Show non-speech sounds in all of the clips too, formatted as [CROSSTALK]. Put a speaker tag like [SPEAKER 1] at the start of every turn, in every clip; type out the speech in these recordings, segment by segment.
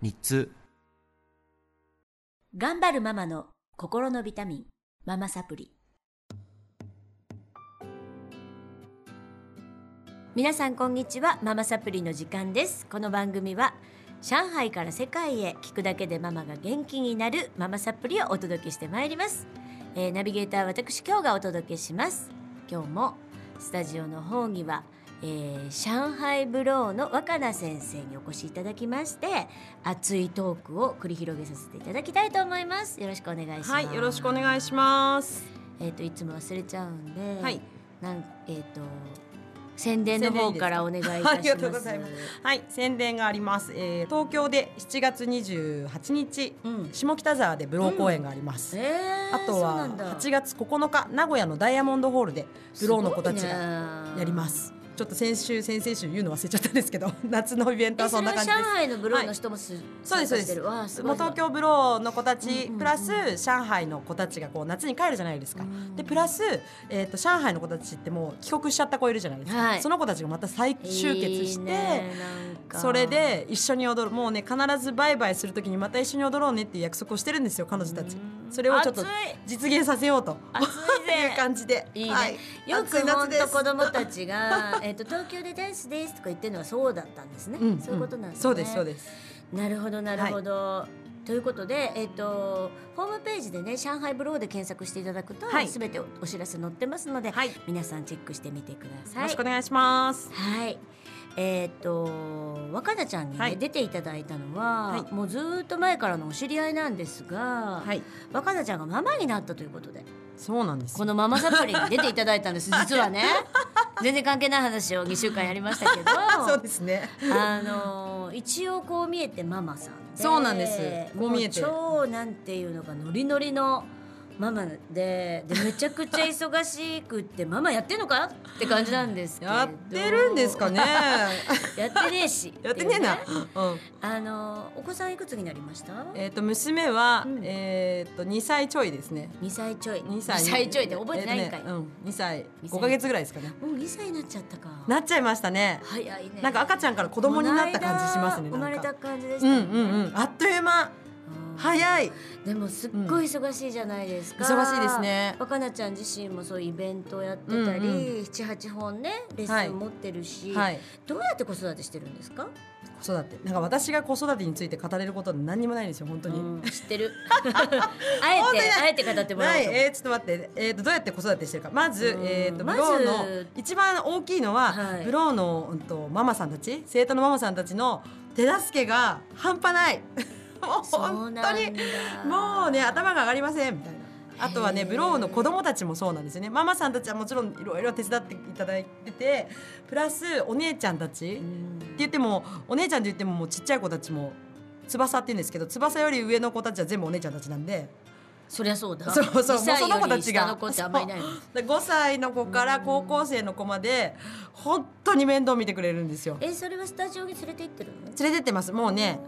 [SPEAKER 1] 日通
[SPEAKER 2] 頑張るママの心のビタミン、ママサプリ。皆さんこんにちは、ママサプリの時間です。この番組は上海から世界へ聞くだけでママが元気になるママサプリをお届けしてまいります。えーナビゲーターは私今日がお届けします。今日もスタジオの方には、えー上海ブローの若菜先生にお越しいただきまして、熱いトークを繰り広げさせていただきたいと思います。よろしくお願いします。
[SPEAKER 3] はい、よろしくお
[SPEAKER 2] い。
[SPEAKER 3] 願いします。
[SPEAKER 2] えっ、といつも忘れちゃうんで、
[SPEAKER 3] はい、
[SPEAKER 2] なんえっ、と宣伝の方からお願いいたします。
[SPEAKER 3] 宣伝ですか [LAUGHS] ありがとうございます。はい、宣伝があります。えー、東京で7月28日、
[SPEAKER 2] うん。
[SPEAKER 3] 下北沢でブロー公演があります。
[SPEAKER 2] えー、
[SPEAKER 3] あとは8月9日名古屋のダイヤモンドホールでブローの子たちが
[SPEAKER 2] が
[SPEAKER 3] やりま。す。ちょっと先週先々週言うの忘れちゃったんですけど [LAUGHS] 夏のイベント
[SPEAKER 2] え
[SPEAKER 3] は
[SPEAKER 2] そ
[SPEAKER 3] そん
[SPEAKER 2] れ
[SPEAKER 3] な
[SPEAKER 2] は
[SPEAKER 3] 感じ
[SPEAKER 2] 上
[SPEAKER 3] です。
[SPEAKER 2] 海のブローの人もす、
[SPEAKER 3] そうです
[SPEAKER 2] 参加してる
[SPEAKER 3] そう
[SPEAKER 2] わあ
[SPEAKER 3] ですす。
[SPEAKER 2] ごい
[SPEAKER 3] も
[SPEAKER 2] うすごい
[SPEAKER 3] 東京ブローの子た
[SPEAKER 2] うんうん
[SPEAKER 3] ち
[SPEAKER 2] うん
[SPEAKER 3] プラス上海の子たちがこう夏に帰るじゃないですか。でプラス、えー、と上海の子たちってもう帰国しちゃった子いるじゃないですか、
[SPEAKER 2] はい
[SPEAKER 3] その子たちがまた再集結
[SPEAKER 2] いい
[SPEAKER 3] して
[SPEAKER 2] ねなんか
[SPEAKER 3] それで一緒に踊るもうね必ずバイバイするときにまた一緒に踊ろうねっていう約束をしてるんですよ彼女たち
[SPEAKER 2] うん
[SPEAKER 3] それ [LAUGHS] をちょっと
[SPEAKER 2] 暑い
[SPEAKER 3] 実現させようと
[SPEAKER 2] 暑いぜ
[SPEAKER 3] いう感じで
[SPEAKER 2] いいね
[SPEAKER 3] はい、
[SPEAKER 2] よ
[SPEAKER 3] 暑
[SPEAKER 2] く
[SPEAKER 3] い夏
[SPEAKER 2] 本
[SPEAKER 3] です
[SPEAKER 2] 当子供たちがえっと東京でダンスですとか言ってるのはそうだったんですね。そういうことなんですね。
[SPEAKER 3] そうですそうです
[SPEAKER 2] なるほどなるほど。ということで、えっとホームページでね上海ブローで検索していただくと、
[SPEAKER 3] はい
[SPEAKER 2] すべてお知らせ載ってますので、
[SPEAKER 3] はいよ
[SPEAKER 2] 皆さんチェックしてみてください。
[SPEAKER 3] ろしくお願いします
[SPEAKER 2] はい。えーっと若菜ちゃんに、ね
[SPEAKER 3] はい
[SPEAKER 2] 出ていただいたのは、
[SPEAKER 3] はい
[SPEAKER 2] もうずーっと前からのお知り合いなんですが、
[SPEAKER 3] はい
[SPEAKER 2] 若菜ちゃんがママになったということで
[SPEAKER 3] そうなんです
[SPEAKER 2] このママサプリに出ていただいたんです実
[SPEAKER 3] [LAUGHS]
[SPEAKER 2] はね全然関係ない話を2週間やりましたけど
[SPEAKER 3] そうですね
[SPEAKER 2] あのー一応こう見えてママさんで
[SPEAKER 3] そうなんですこう見えて
[SPEAKER 2] も超なんていうのかノリノリのママででめちゃくちゃ忙しくってママやってんのかって感じなんですけど
[SPEAKER 3] やってるんですかね
[SPEAKER 2] [LAUGHS] やってねえし
[SPEAKER 3] やってねえな、
[SPEAKER 2] ていう
[SPEAKER 3] うん
[SPEAKER 2] あのーお子さんいくつになりました
[SPEAKER 3] えっ、と娘は、
[SPEAKER 2] うん
[SPEAKER 3] えっ、と2歳ちょいですね
[SPEAKER 2] 2歳ちょい
[SPEAKER 3] 2歳
[SPEAKER 2] ちょいって覚えてないんかい、
[SPEAKER 3] えっとねうん、2歳
[SPEAKER 2] 二歳
[SPEAKER 3] 5か月ぐらいですかね
[SPEAKER 2] もう2歳になっちゃったか
[SPEAKER 3] なっちゃいましたね
[SPEAKER 2] 早いね
[SPEAKER 3] なんか赤ちゃんから子供になった感じしますね。
[SPEAKER 2] この
[SPEAKER 3] な
[SPEAKER 2] 間生ま
[SPEAKER 3] ん
[SPEAKER 2] れた
[SPEAKER 3] か
[SPEAKER 2] 感じでし
[SPEAKER 3] う
[SPEAKER 2] た
[SPEAKER 3] ん
[SPEAKER 2] ね、
[SPEAKER 3] うんうん。あっという間。
[SPEAKER 2] うん
[SPEAKER 3] 早い。
[SPEAKER 2] でもすっごい忙しいじゃないですか、
[SPEAKER 3] 忙しいですね
[SPEAKER 2] 若菜ちゃん自身もそういうイベントをやってた
[SPEAKER 3] うん
[SPEAKER 2] り七八、本ねレッ
[SPEAKER 3] は
[SPEAKER 2] ス
[SPEAKER 3] い
[SPEAKER 2] ン持ってるし、
[SPEAKER 3] はい。
[SPEAKER 2] どうやって子育てしてるんですか
[SPEAKER 3] 子育て。なんか私が子育てについて語れることは何にもないんですよ本当に。
[SPEAKER 2] うん知って
[SPEAKER 3] [LAUGHS]
[SPEAKER 2] るあえ
[SPEAKER 3] 本当に
[SPEAKER 2] てあえて語ってもらおう
[SPEAKER 3] はい、
[SPEAKER 2] と思う
[SPEAKER 3] えー、ちょっと待って、えー、とどうやって子育てしてるかまず
[SPEAKER 2] う、ん
[SPEAKER 3] えー、とブ
[SPEAKER 2] まず
[SPEAKER 3] ローの一番大きいのは、
[SPEAKER 2] はい
[SPEAKER 3] ブローの、うん、とママさんたち生徒のママさんたちの手助けが半端ないもう
[SPEAKER 2] そう
[SPEAKER 3] 本
[SPEAKER 2] な
[SPEAKER 3] 当
[SPEAKER 2] ん
[SPEAKER 3] に
[SPEAKER 2] だ
[SPEAKER 3] [LAUGHS] もうね頭が上がりませんみたいな。あとは
[SPEAKER 2] へ
[SPEAKER 3] ね
[SPEAKER 2] ー
[SPEAKER 3] ブローの子供たちもそうなんですよねママさんたちはもちろんいろいろ手伝っていただいててプラスお姉ちゃんたち、
[SPEAKER 2] う
[SPEAKER 3] って
[SPEAKER 2] ん
[SPEAKER 3] 言ってもお姉ちゃんって言ってももうちっちゃい子たちも翼って言うんですけど翼より上の子たちは全部お姉ちゃんたちなんで
[SPEAKER 2] そりゃそうだ
[SPEAKER 3] そうそうもう
[SPEAKER 2] 2歳よ
[SPEAKER 3] その子た
[SPEAKER 2] り
[SPEAKER 3] ちが
[SPEAKER 2] 下の子ってあんまりいないもん
[SPEAKER 3] で5歳の子から高校生の子まで本当に面倒見てくれるんですよ
[SPEAKER 2] えそれはスタジオに連れて行ってるの
[SPEAKER 3] 連れてってますもうね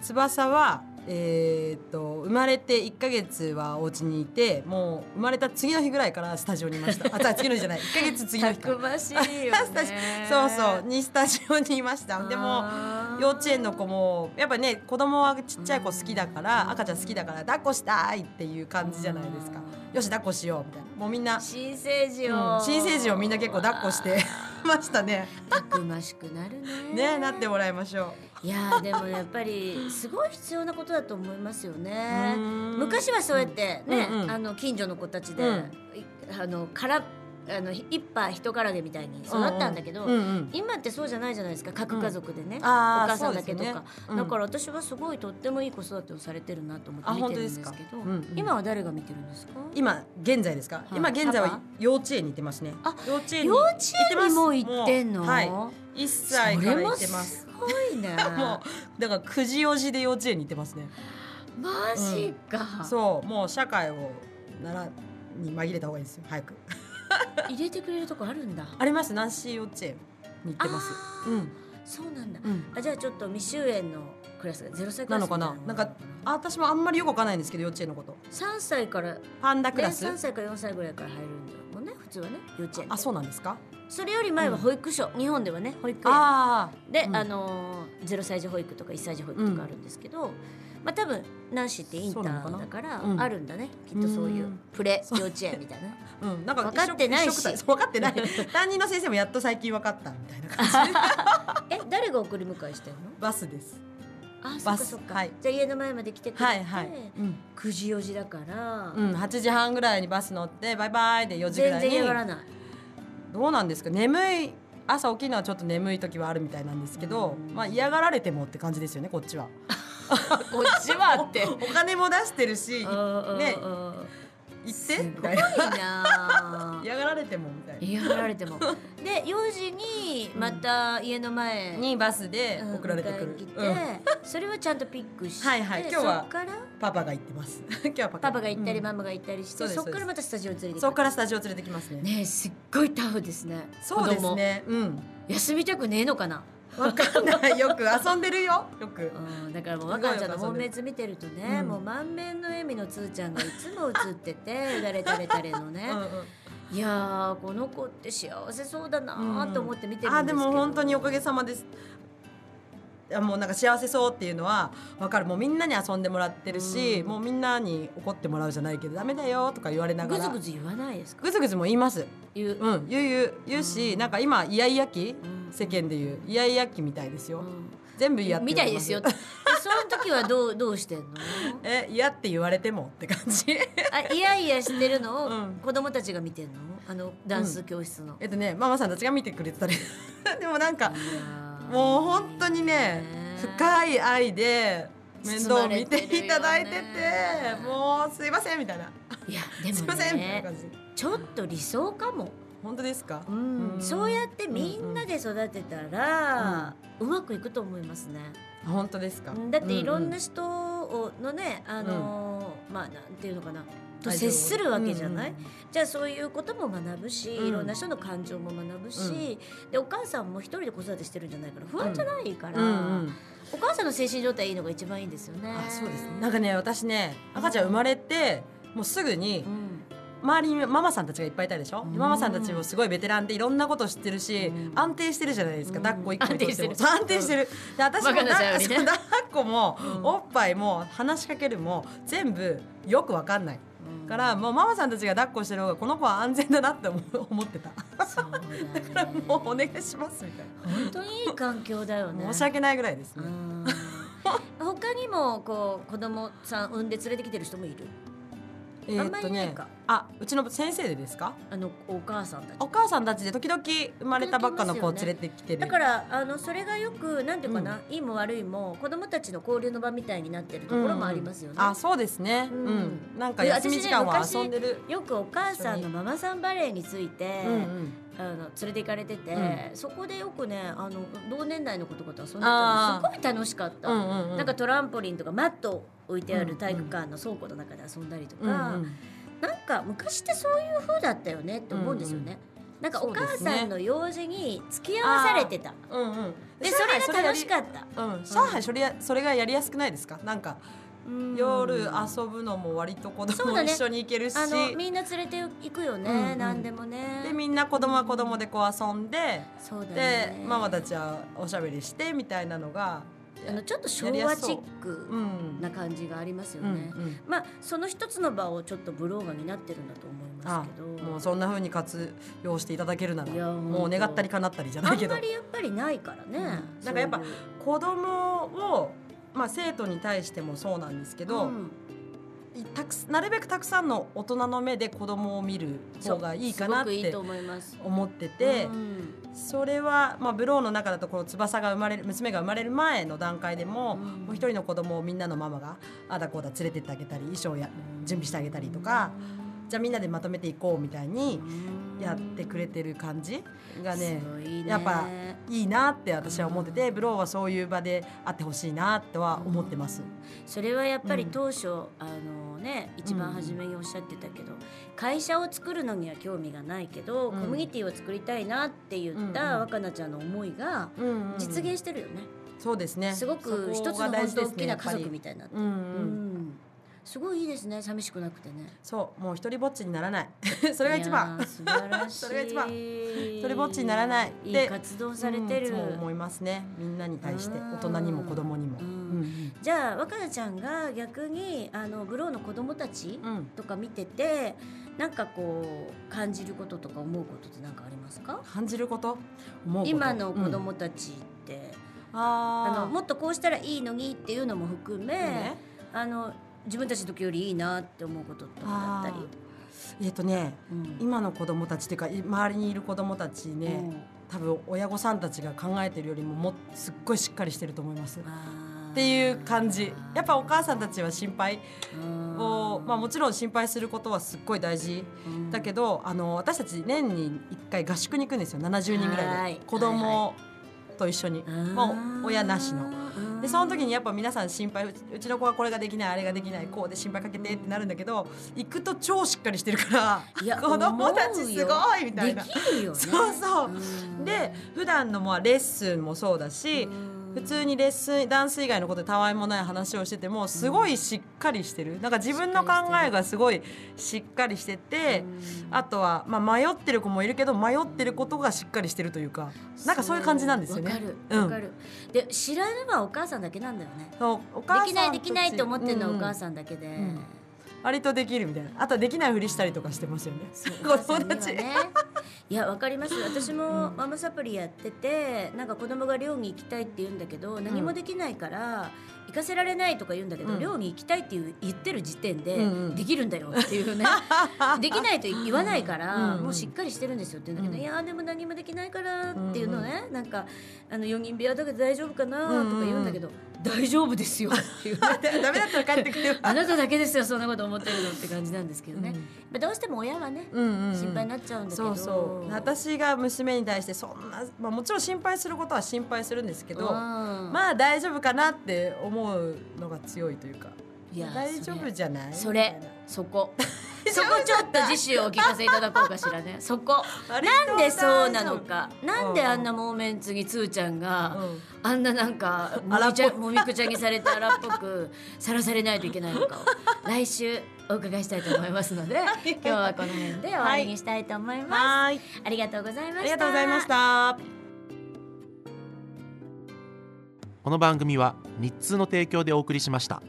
[SPEAKER 3] 翼はえーっと生まれて1か月はお家にいてもう生まれた次の日ぐらいからスタジオにいましたあ違う次の日じゃない1か月次の日か
[SPEAKER 2] たく
[SPEAKER 3] ら
[SPEAKER 2] ましいよね
[SPEAKER 3] [LAUGHS] スタジそうそうにスタジオにいましたでも
[SPEAKER 2] あー
[SPEAKER 3] 幼稚園の子もやっぱね子供はちっちゃい子好きだから
[SPEAKER 2] うん
[SPEAKER 3] 赤ちゃん好きだから抱っこしたいっていう感じじゃないですか
[SPEAKER 2] うん
[SPEAKER 3] よし抱っこしようみたいなもうみんな、
[SPEAKER 2] 新生児
[SPEAKER 3] う
[SPEAKER 2] を
[SPEAKER 3] ん新生児をみんな結構抱っこしてましたね
[SPEAKER 2] たくましくなるね
[SPEAKER 3] ねなってもらいましょ
[SPEAKER 2] いやーでもやっぱりすごい必要なことだと思いますよ
[SPEAKER 3] う
[SPEAKER 2] ね
[SPEAKER 3] うん
[SPEAKER 2] 昔はそうやってね、
[SPEAKER 3] うんうん
[SPEAKER 2] あの近所の子たちで、
[SPEAKER 3] うん
[SPEAKER 2] いあの空っあのひ一派一からげみたいに育ったんだけど、
[SPEAKER 3] うんうん
[SPEAKER 2] 今ってそうじゃないじゃないですか核家族でね、お
[SPEAKER 3] あー
[SPEAKER 2] 母さんだけと
[SPEAKER 3] そう
[SPEAKER 2] か、
[SPEAKER 3] ですねうん
[SPEAKER 2] だから私はすごいとってもいい子育てをされてるなと思
[SPEAKER 3] あ
[SPEAKER 2] って見
[SPEAKER 3] 本
[SPEAKER 2] てる
[SPEAKER 3] 当
[SPEAKER 2] ん
[SPEAKER 3] で
[SPEAKER 2] ですす
[SPEAKER 3] か
[SPEAKER 2] けど
[SPEAKER 3] うんうん
[SPEAKER 2] 今は誰が見てるんですか
[SPEAKER 3] 今現在ですか、
[SPEAKER 2] はい
[SPEAKER 3] 今現在
[SPEAKER 2] パパ
[SPEAKER 3] は幼稚園に行ってますね
[SPEAKER 2] あ
[SPEAKER 3] 幼稚園に
[SPEAKER 2] 幼稚園にもう行ってんの
[SPEAKER 3] もうはい1歳
[SPEAKER 2] そ
[SPEAKER 3] から
[SPEAKER 2] れ
[SPEAKER 3] 行
[SPEAKER 2] も
[SPEAKER 3] ってますす
[SPEAKER 2] ごいね
[SPEAKER 3] [LAUGHS] もうだから9時4時で幼稚園に行ってますね
[SPEAKER 2] マジか、
[SPEAKER 3] そうもう社会をならに紛れた方がいいですよ早く
[SPEAKER 2] 入れてくれるとこあるんだ
[SPEAKER 3] ありますナンシー幼稚園に行ってます
[SPEAKER 2] あー
[SPEAKER 3] うん
[SPEAKER 2] そうなんだ
[SPEAKER 3] うん
[SPEAKER 2] あじゃあちょっと未就園のクラスが0歳ク
[SPEAKER 3] な
[SPEAKER 2] ラス
[SPEAKER 3] のかななんかあ私もあんまりよくわかんないんですけど幼稚園のこと
[SPEAKER 2] 3歳から
[SPEAKER 3] パンダク
[SPEAKER 2] ね、
[SPEAKER 3] ラス、
[SPEAKER 2] 3歳から4歳ぐらいから入るんだもんね普通はね幼稚園
[SPEAKER 3] あ
[SPEAKER 2] で
[SPEAKER 3] そうなんですか
[SPEAKER 2] それより前は保育所、日本ではね保育園
[SPEAKER 3] ああ
[SPEAKER 2] で、
[SPEAKER 3] うん
[SPEAKER 2] あのー、0歳児保育とか1歳児保育とかあるんですけど、まあ多分ナンシーってインタ
[SPEAKER 3] そうなのか
[SPEAKER 2] ー
[SPEAKER 3] な
[SPEAKER 2] だから
[SPEAKER 3] うん
[SPEAKER 2] あるんだね、きっとそういう
[SPEAKER 3] うん
[SPEAKER 2] プレ
[SPEAKER 3] そう
[SPEAKER 2] 幼稚園みたいな
[SPEAKER 3] うんなんか
[SPEAKER 2] わかってないし
[SPEAKER 3] 一緒くたそう分かってない [LAUGHS] 担任の先生もやっと最近分かったみたいな感じ
[SPEAKER 2] え誰が送り迎えしてんの
[SPEAKER 3] バスです
[SPEAKER 2] あそっ
[SPEAKER 3] バ
[SPEAKER 2] か
[SPEAKER 3] ス
[SPEAKER 2] そっか、
[SPEAKER 3] はい
[SPEAKER 2] じゃあ家の前まで来てくれて、
[SPEAKER 3] はいはい、うん
[SPEAKER 2] 9時4時だから、
[SPEAKER 3] うん、8時半ぐらいにバス乗ってバイバイで4時ぐ
[SPEAKER 2] 全
[SPEAKER 3] らい
[SPEAKER 2] 然
[SPEAKER 3] に
[SPEAKER 2] やらない
[SPEAKER 3] どうなんですか眠い朝起きるのはちょっと眠い時はあるみたいなんですけど、まあ、嫌がられてもって感じですよねこっちは
[SPEAKER 2] こっちはって
[SPEAKER 3] お金も出してるしい行ねってみたいな
[SPEAKER 2] すごいな
[SPEAKER 3] 嫌がられてもみたいな
[SPEAKER 2] 嫌がられてもで4時にまた家の前
[SPEAKER 3] にバスで
[SPEAKER 2] うん
[SPEAKER 3] 送られてく
[SPEAKER 2] 迎
[SPEAKER 3] る
[SPEAKER 2] え、に来て、
[SPEAKER 3] うん
[SPEAKER 2] それはちゃんとピックして
[SPEAKER 3] はいはい今日は
[SPEAKER 2] そっから
[SPEAKER 3] パパが行ってます
[SPEAKER 2] [LAUGHS]
[SPEAKER 3] 今日はパパ
[SPEAKER 2] パパが行ったり、
[SPEAKER 3] うん
[SPEAKER 2] ママが行ったりして
[SPEAKER 3] そうです
[SPEAKER 2] そっからまたスタジオに連れて
[SPEAKER 3] そ
[SPEAKER 2] 行
[SPEAKER 3] こ
[SPEAKER 2] く
[SPEAKER 3] からスタジオ連れてきますね
[SPEAKER 2] ねえすっごいタフですね
[SPEAKER 3] そうです
[SPEAKER 2] [LAUGHS]
[SPEAKER 3] ねうん
[SPEAKER 2] 子供休みたくねえのかな
[SPEAKER 3] わかんない [LAUGHS] よく遊んでるよよく
[SPEAKER 2] うんだからもう若ちゃんの
[SPEAKER 3] すごいよ
[SPEAKER 2] 本滅見てるとね、
[SPEAKER 3] うん
[SPEAKER 2] もう満面の笑みのつーちゃんがいつも映って
[SPEAKER 3] [LAUGHS]
[SPEAKER 2] てうだれたれたれのね
[SPEAKER 3] うん、
[SPEAKER 2] いやーこの子って幸せそうだなーと思って見てるんですけ
[SPEAKER 3] うん
[SPEAKER 2] ど、
[SPEAKER 3] あでも本当におかげさまですいやもうなんか幸せそうっていうのはわかるもうみんなに遊んでもらってるし、
[SPEAKER 2] うん
[SPEAKER 3] もうみんなに怒ってもらうじゃないけどダメだよとか言われなが
[SPEAKER 2] ぐ
[SPEAKER 3] ら
[SPEAKER 2] ずぐず言わないですか
[SPEAKER 3] ぐずぐずも言います
[SPEAKER 2] 言う、
[SPEAKER 3] うん言う言う言うし、
[SPEAKER 2] うん
[SPEAKER 3] なんか今イヤイヤ期
[SPEAKER 2] うん
[SPEAKER 3] 世間で言うイヤイヤ期みたいですよ、
[SPEAKER 2] うん
[SPEAKER 3] 全部嫌って
[SPEAKER 2] みた
[SPEAKER 3] 言われ
[SPEAKER 2] い
[SPEAKER 3] ま
[SPEAKER 2] ですよ。
[SPEAKER 3] [LAUGHS]
[SPEAKER 2] でその時はどうどうしてんの？
[SPEAKER 3] え嫌って言われてもって感
[SPEAKER 2] [LAUGHS]
[SPEAKER 3] じ
[SPEAKER 2] あいやいやしてるのを
[SPEAKER 3] うん
[SPEAKER 2] 子供たちが見てんの？あのダンス教室の。
[SPEAKER 3] えっとねママさんたちが見てくれてたり [LAUGHS] でもなんか
[SPEAKER 2] いやー
[SPEAKER 3] もう本当にね深い愛で面倒を見ていただいてて
[SPEAKER 2] 包まれてるよね
[SPEAKER 3] もうすいませんみたいな、
[SPEAKER 2] いや
[SPEAKER 3] すい
[SPEAKER 2] でも
[SPEAKER 3] ませんみたいな
[SPEAKER 2] ね
[SPEAKER 3] 感じ
[SPEAKER 2] ちょっと理想かも。
[SPEAKER 3] 本当ですか、
[SPEAKER 2] うん
[SPEAKER 3] うん
[SPEAKER 2] そうやってみんなで育てたらうまくいくと思いますね。
[SPEAKER 3] 本当ですか
[SPEAKER 2] だっていろん
[SPEAKER 3] う
[SPEAKER 2] な人をのねあのーまあなんていうのかなと
[SPEAKER 3] 愛情
[SPEAKER 2] 接するわけじゃない
[SPEAKER 3] うん。う
[SPEAKER 2] じゃあそういうことも学ぶし、
[SPEAKER 3] うん
[SPEAKER 2] いろんな人の感情も学ぶし、でお母さんも一人で子育てしてるんじゃないから不安じゃないから、
[SPEAKER 3] んうんうん
[SPEAKER 2] お母さんの精神状態いいのが一番いいんですよね。
[SPEAKER 3] あそうですねなんかね私ね赤ちゃん生まれてもうすぐに周りにママさんたちがいっぱいいたでしょ、
[SPEAKER 2] うん
[SPEAKER 3] ママさんたちもすごいベテランでいろんなこと知ってるし、
[SPEAKER 2] うん
[SPEAKER 3] 安定してるじゃないですか、
[SPEAKER 2] うん
[SPEAKER 3] 抱っこ一個にしても
[SPEAKER 2] 安定してる
[SPEAKER 3] そう安定してる、で私も
[SPEAKER 2] 若
[SPEAKER 3] 抱
[SPEAKER 2] 菜ちゃんよりね
[SPEAKER 3] っこも、
[SPEAKER 2] うん
[SPEAKER 3] おっぱいも話しかけるも全部よくわかんない
[SPEAKER 2] うん
[SPEAKER 3] からもうママさんたちが抱っこしてる方がこの子は安全だなって思思って
[SPEAKER 2] [LAUGHS]
[SPEAKER 3] た
[SPEAKER 2] そうだ,、ね、
[SPEAKER 3] [LAUGHS] だからもうお願いしますみたい
[SPEAKER 2] 本当にいい環境だよね。
[SPEAKER 3] な、申し訳ないぐらいですね、
[SPEAKER 2] うん他にもこう子供さん産んで連れてきてる人もいる。
[SPEAKER 3] え
[SPEAKER 2] あんまりいないか
[SPEAKER 3] あうちの先生でですか
[SPEAKER 2] あのお母さんたち。
[SPEAKER 3] お母さんたちで時々生まれたばっかの子を連れてきてる
[SPEAKER 2] だからあのそれがよくなんていうかな、いいも悪いも子供たちの交流の場みたいになってるところもありますよね。
[SPEAKER 3] あ、そうですね。
[SPEAKER 2] う
[SPEAKER 3] うんん、なんか
[SPEAKER 2] で
[SPEAKER 3] 休み時間は
[SPEAKER 2] 私ね昔
[SPEAKER 3] 遊んでる。
[SPEAKER 2] よくお母さん
[SPEAKER 3] 一
[SPEAKER 2] の
[SPEAKER 3] 緒に
[SPEAKER 2] ママさんバレーについて、
[SPEAKER 3] うんうん。
[SPEAKER 2] あの連れて行かれてて、
[SPEAKER 3] う
[SPEAKER 2] そこでよくねあの同年代の子とかと遊んでた
[SPEAKER 3] あ
[SPEAKER 2] の
[SPEAKER 3] ー
[SPEAKER 2] すごい楽しかった、
[SPEAKER 3] うんうんうん
[SPEAKER 2] なんかトランポリンとかマット置いてあ
[SPEAKER 3] うんう
[SPEAKER 2] る
[SPEAKER 3] ん
[SPEAKER 2] 体育館の倉庫の中で遊んだりとか、
[SPEAKER 3] うんうん
[SPEAKER 2] なんか昔ってそういう風だったよねって思うんですよね、なんかお母
[SPEAKER 3] そう
[SPEAKER 2] さ
[SPEAKER 3] です
[SPEAKER 2] ん
[SPEAKER 3] ね
[SPEAKER 2] の用事に付き合わされてた
[SPEAKER 3] うんうん。
[SPEAKER 2] でそれが楽しか
[SPEAKER 3] っ
[SPEAKER 2] った
[SPEAKER 3] た。うん、上海それやそれがやりやすくないですか。なんか
[SPEAKER 2] うん
[SPEAKER 3] 夜遊ぶのも割と子
[SPEAKER 2] そう
[SPEAKER 3] 供
[SPEAKER 2] だね
[SPEAKER 3] 一緒に行けるし、
[SPEAKER 2] あのみんな連れて行くよね、
[SPEAKER 3] うんうん
[SPEAKER 2] 何でもね
[SPEAKER 3] でみんな子供は子供でこう遊んで、
[SPEAKER 2] そうだ
[SPEAKER 3] で
[SPEAKER 2] ね
[SPEAKER 3] ママたちはおしゃべりしてみたいなのが、
[SPEAKER 2] あのちょっと昭
[SPEAKER 3] やりや
[SPEAKER 2] 和
[SPEAKER 3] す
[SPEAKER 2] チ
[SPEAKER 3] そう
[SPEAKER 2] ック
[SPEAKER 3] うん。
[SPEAKER 2] な感じがありますよ
[SPEAKER 3] うんう
[SPEAKER 2] ね、
[SPEAKER 3] ん。
[SPEAKER 2] まあその一つの場をちょっとブローが担ってるんだと思いま
[SPEAKER 3] あ
[SPEAKER 2] すけど、
[SPEAKER 3] もうそんな風に活用していただけるない
[SPEAKER 2] や
[SPEAKER 3] ら、
[SPEAKER 2] 本当
[SPEAKER 3] もう願ったり叶ったりじゃ
[SPEAKER 2] あ
[SPEAKER 3] ない
[SPEAKER 2] ん
[SPEAKER 3] けど
[SPEAKER 2] ま。りやっぱりないからね、
[SPEAKER 3] うんなんかやっぱ
[SPEAKER 2] そういう
[SPEAKER 3] 子供をまあ生徒に対してもそうなんですけど、
[SPEAKER 2] うん
[SPEAKER 3] たくさんなるべくたくさんの大人の目で子供を見る方がいいかなっ
[SPEAKER 2] そうすごくいい
[SPEAKER 3] て
[SPEAKER 2] と思います。
[SPEAKER 3] 思ってて
[SPEAKER 2] うん
[SPEAKER 3] それは、まあ、ブローの中だとこの翼が生まれる娘が生まれる前の段階でも,、
[SPEAKER 2] うん
[SPEAKER 3] もう一人の子供をみんなのママがあだこうだ連れてってあげたり衣装や準備してあげたりとか、じゃあみんなでまとめていこうみたいにやってくれてる感じがね
[SPEAKER 2] すごいね
[SPEAKER 3] やっぱいいなって私は思ってて、ブローはそういう場であってほしいなとは思ってます。
[SPEAKER 2] それはやっぱり
[SPEAKER 3] うん
[SPEAKER 2] 当初、あのね一番初めにおっしゃってたけど、会社を作るのには興味がないけど、
[SPEAKER 3] うん
[SPEAKER 2] コミュニティを作りたいなって言った、
[SPEAKER 3] うんうん
[SPEAKER 2] 若菜ちゃんの思いが
[SPEAKER 3] うんうんうん
[SPEAKER 2] 実現してるよね、
[SPEAKER 3] そうですね
[SPEAKER 2] すごく一つ
[SPEAKER 3] そこ
[SPEAKER 2] の
[SPEAKER 3] が大
[SPEAKER 2] 本
[SPEAKER 3] 事
[SPEAKER 2] 当
[SPEAKER 3] で
[SPEAKER 2] 大
[SPEAKER 3] すね
[SPEAKER 2] きな
[SPEAKER 3] やっ
[SPEAKER 2] 家
[SPEAKER 3] ぱり
[SPEAKER 2] 族みたいになって、
[SPEAKER 3] うんう
[SPEAKER 2] うんんすごいいいですね寂しくなくてね
[SPEAKER 3] そうもう一人ぼっちにならない [LAUGHS] それが一番
[SPEAKER 2] いやー素晴らしい
[SPEAKER 3] [LAUGHS] それが一番
[SPEAKER 2] 一
[SPEAKER 3] 人ぼっちにならない
[SPEAKER 2] い
[SPEAKER 3] で
[SPEAKER 2] い活動されてる、
[SPEAKER 3] うんそう思いますねみんなに対して
[SPEAKER 2] うん
[SPEAKER 3] 大人にも子供にも
[SPEAKER 2] う
[SPEAKER 3] うんん
[SPEAKER 2] じゃあ若菜ちゃんが逆にあのブローの子供たち
[SPEAKER 3] うん
[SPEAKER 2] とか見てて、なんかこう感じることとか思うことって何かありますか
[SPEAKER 3] 感じること思うこと
[SPEAKER 2] 今の子
[SPEAKER 3] うん
[SPEAKER 2] 供たちって、あの
[SPEAKER 3] あ
[SPEAKER 2] もっとこうしたらいいのにっていうのも含め、
[SPEAKER 3] あね
[SPEAKER 2] あの自分たちの時よりいいなって思うこととかだったり
[SPEAKER 3] あ。えっとね
[SPEAKER 2] うん
[SPEAKER 3] 今の子供たちっていうかい周りにいる子供たちね、
[SPEAKER 2] うん
[SPEAKER 3] 多分親御さんたちが考えてるよりももっすっごいしっかりしてると思います。
[SPEAKER 2] あー
[SPEAKER 3] っていう感じやっぱお母さんたちは心配を、まあ、もちろん心配することはすっごい大事
[SPEAKER 2] うん
[SPEAKER 3] だけどあの私たち年に1回合宿に行くんですよ70人ぐ
[SPEAKER 2] は
[SPEAKER 3] らい
[SPEAKER 2] い
[SPEAKER 3] で子供と一緒に、もう親なしの。でその時にやっぱ皆さん心配うちうちの子はこれができないあれができないこうで心配かけてってなるんだけど行くと超しっかりしてるか
[SPEAKER 2] いや
[SPEAKER 3] ら [LAUGHS] 子供たちすごい
[SPEAKER 2] 思うよ
[SPEAKER 3] みたいな。
[SPEAKER 2] できるよね
[SPEAKER 3] そうそ
[SPEAKER 2] う
[SPEAKER 3] う
[SPEAKER 2] ん
[SPEAKER 3] で普段のまあレッスンもそうだし
[SPEAKER 2] うん
[SPEAKER 3] 普通にレッスンダンス以外のことでたわいもない話をしててもすごいしっかりしてるなんか自分の考えがすごいしっかりしててあとはまあ迷ってる子もいるけど迷ってることがしっかりしてるというかなんかそういう感じなんですよ
[SPEAKER 2] わ
[SPEAKER 3] ね
[SPEAKER 2] か。る
[SPEAKER 3] うん
[SPEAKER 2] わかる、で知らぬはお母さんだけなんだよね
[SPEAKER 3] そうお
[SPEAKER 2] で
[SPEAKER 3] 母さん
[SPEAKER 2] きないできない
[SPEAKER 3] たち
[SPEAKER 2] と思ってるのはお
[SPEAKER 3] うんう
[SPEAKER 2] 母
[SPEAKER 3] ん
[SPEAKER 2] さんだけで、
[SPEAKER 3] ん割とできるみたいなあとはできないふりしたりとかして
[SPEAKER 2] [LAUGHS]
[SPEAKER 3] ますよね
[SPEAKER 2] そうお
[SPEAKER 3] 子
[SPEAKER 2] 母さんに
[SPEAKER 3] 供
[SPEAKER 2] は
[SPEAKER 3] た
[SPEAKER 2] ね
[SPEAKER 3] ち、
[SPEAKER 2] いやわかります私
[SPEAKER 3] う
[SPEAKER 2] も
[SPEAKER 3] ん
[SPEAKER 2] ママサプリやっててなんか子供が寮に行きたいって言うんだけど何もできないから行かせられないとか言うんだけど、
[SPEAKER 3] うん
[SPEAKER 2] 寮に行きたいっていう言ってる時点で、
[SPEAKER 3] うんうん
[SPEAKER 2] できるんだよっていう
[SPEAKER 3] [LAUGHS]
[SPEAKER 2] ねできないと言わないから、
[SPEAKER 3] うん
[SPEAKER 2] もうしっかりしてるんですよって言うんだけど、
[SPEAKER 3] うん
[SPEAKER 2] いやでも何もできないからっていうのね、なんかあの4人部屋だけど大丈夫かなとか言うんだけど、大丈夫ですよって
[SPEAKER 3] [LAUGHS]
[SPEAKER 2] いうね
[SPEAKER 3] ダメだったら帰ってくれよ
[SPEAKER 2] あなただけですよそんなこと思ってるのって感じなんですけどね、
[SPEAKER 3] うん
[SPEAKER 2] やっぱどうしても親はね、
[SPEAKER 3] うんうんうん
[SPEAKER 2] 心配になっちゃうんだけど、
[SPEAKER 3] そうそう私が娘に対してそんな、まあ、もちろん心配することは心配するんですけど、
[SPEAKER 2] まあ
[SPEAKER 3] まあ大丈夫かなって思うのが強いというか
[SPEAKER 2] いや
[SPEAKER 3] 大丈夫じゃない
[SPEAKER 2] それ
[SPEAKER 3] みたいな
[SPEAKER 2] そ
[SPEAKER 3] [LAUGHS]
[SPEAKER 2] こそこちょっと次週お聞かせいただこうかしら
[SPEAKER 3] [LAUGHS]
[SPEAKER 2] ねそこ
[SPEAKER 3] 割と
[SPEAKER 2] なんでそうなのか
[SPEAKER 3] 丈夫
[SPEAKER 2] なんであんなモーメンツにつーちゃんが、
[SPEAKER 3] うん
[SPEAKER 2] あんななんかもみちゃもみくちゃにされて荒っぽくさらされないといけないのかを来週お伺いしたいと思いますので今日はこの辺で終わりにしたいと思います、
[SPEAKER 3] はーい
[SPEAKER 2] ありがとうございました
[SPEAKER 3] ありがとうございました
[SPEAKER 1] この番組は日通の提供でお送りしました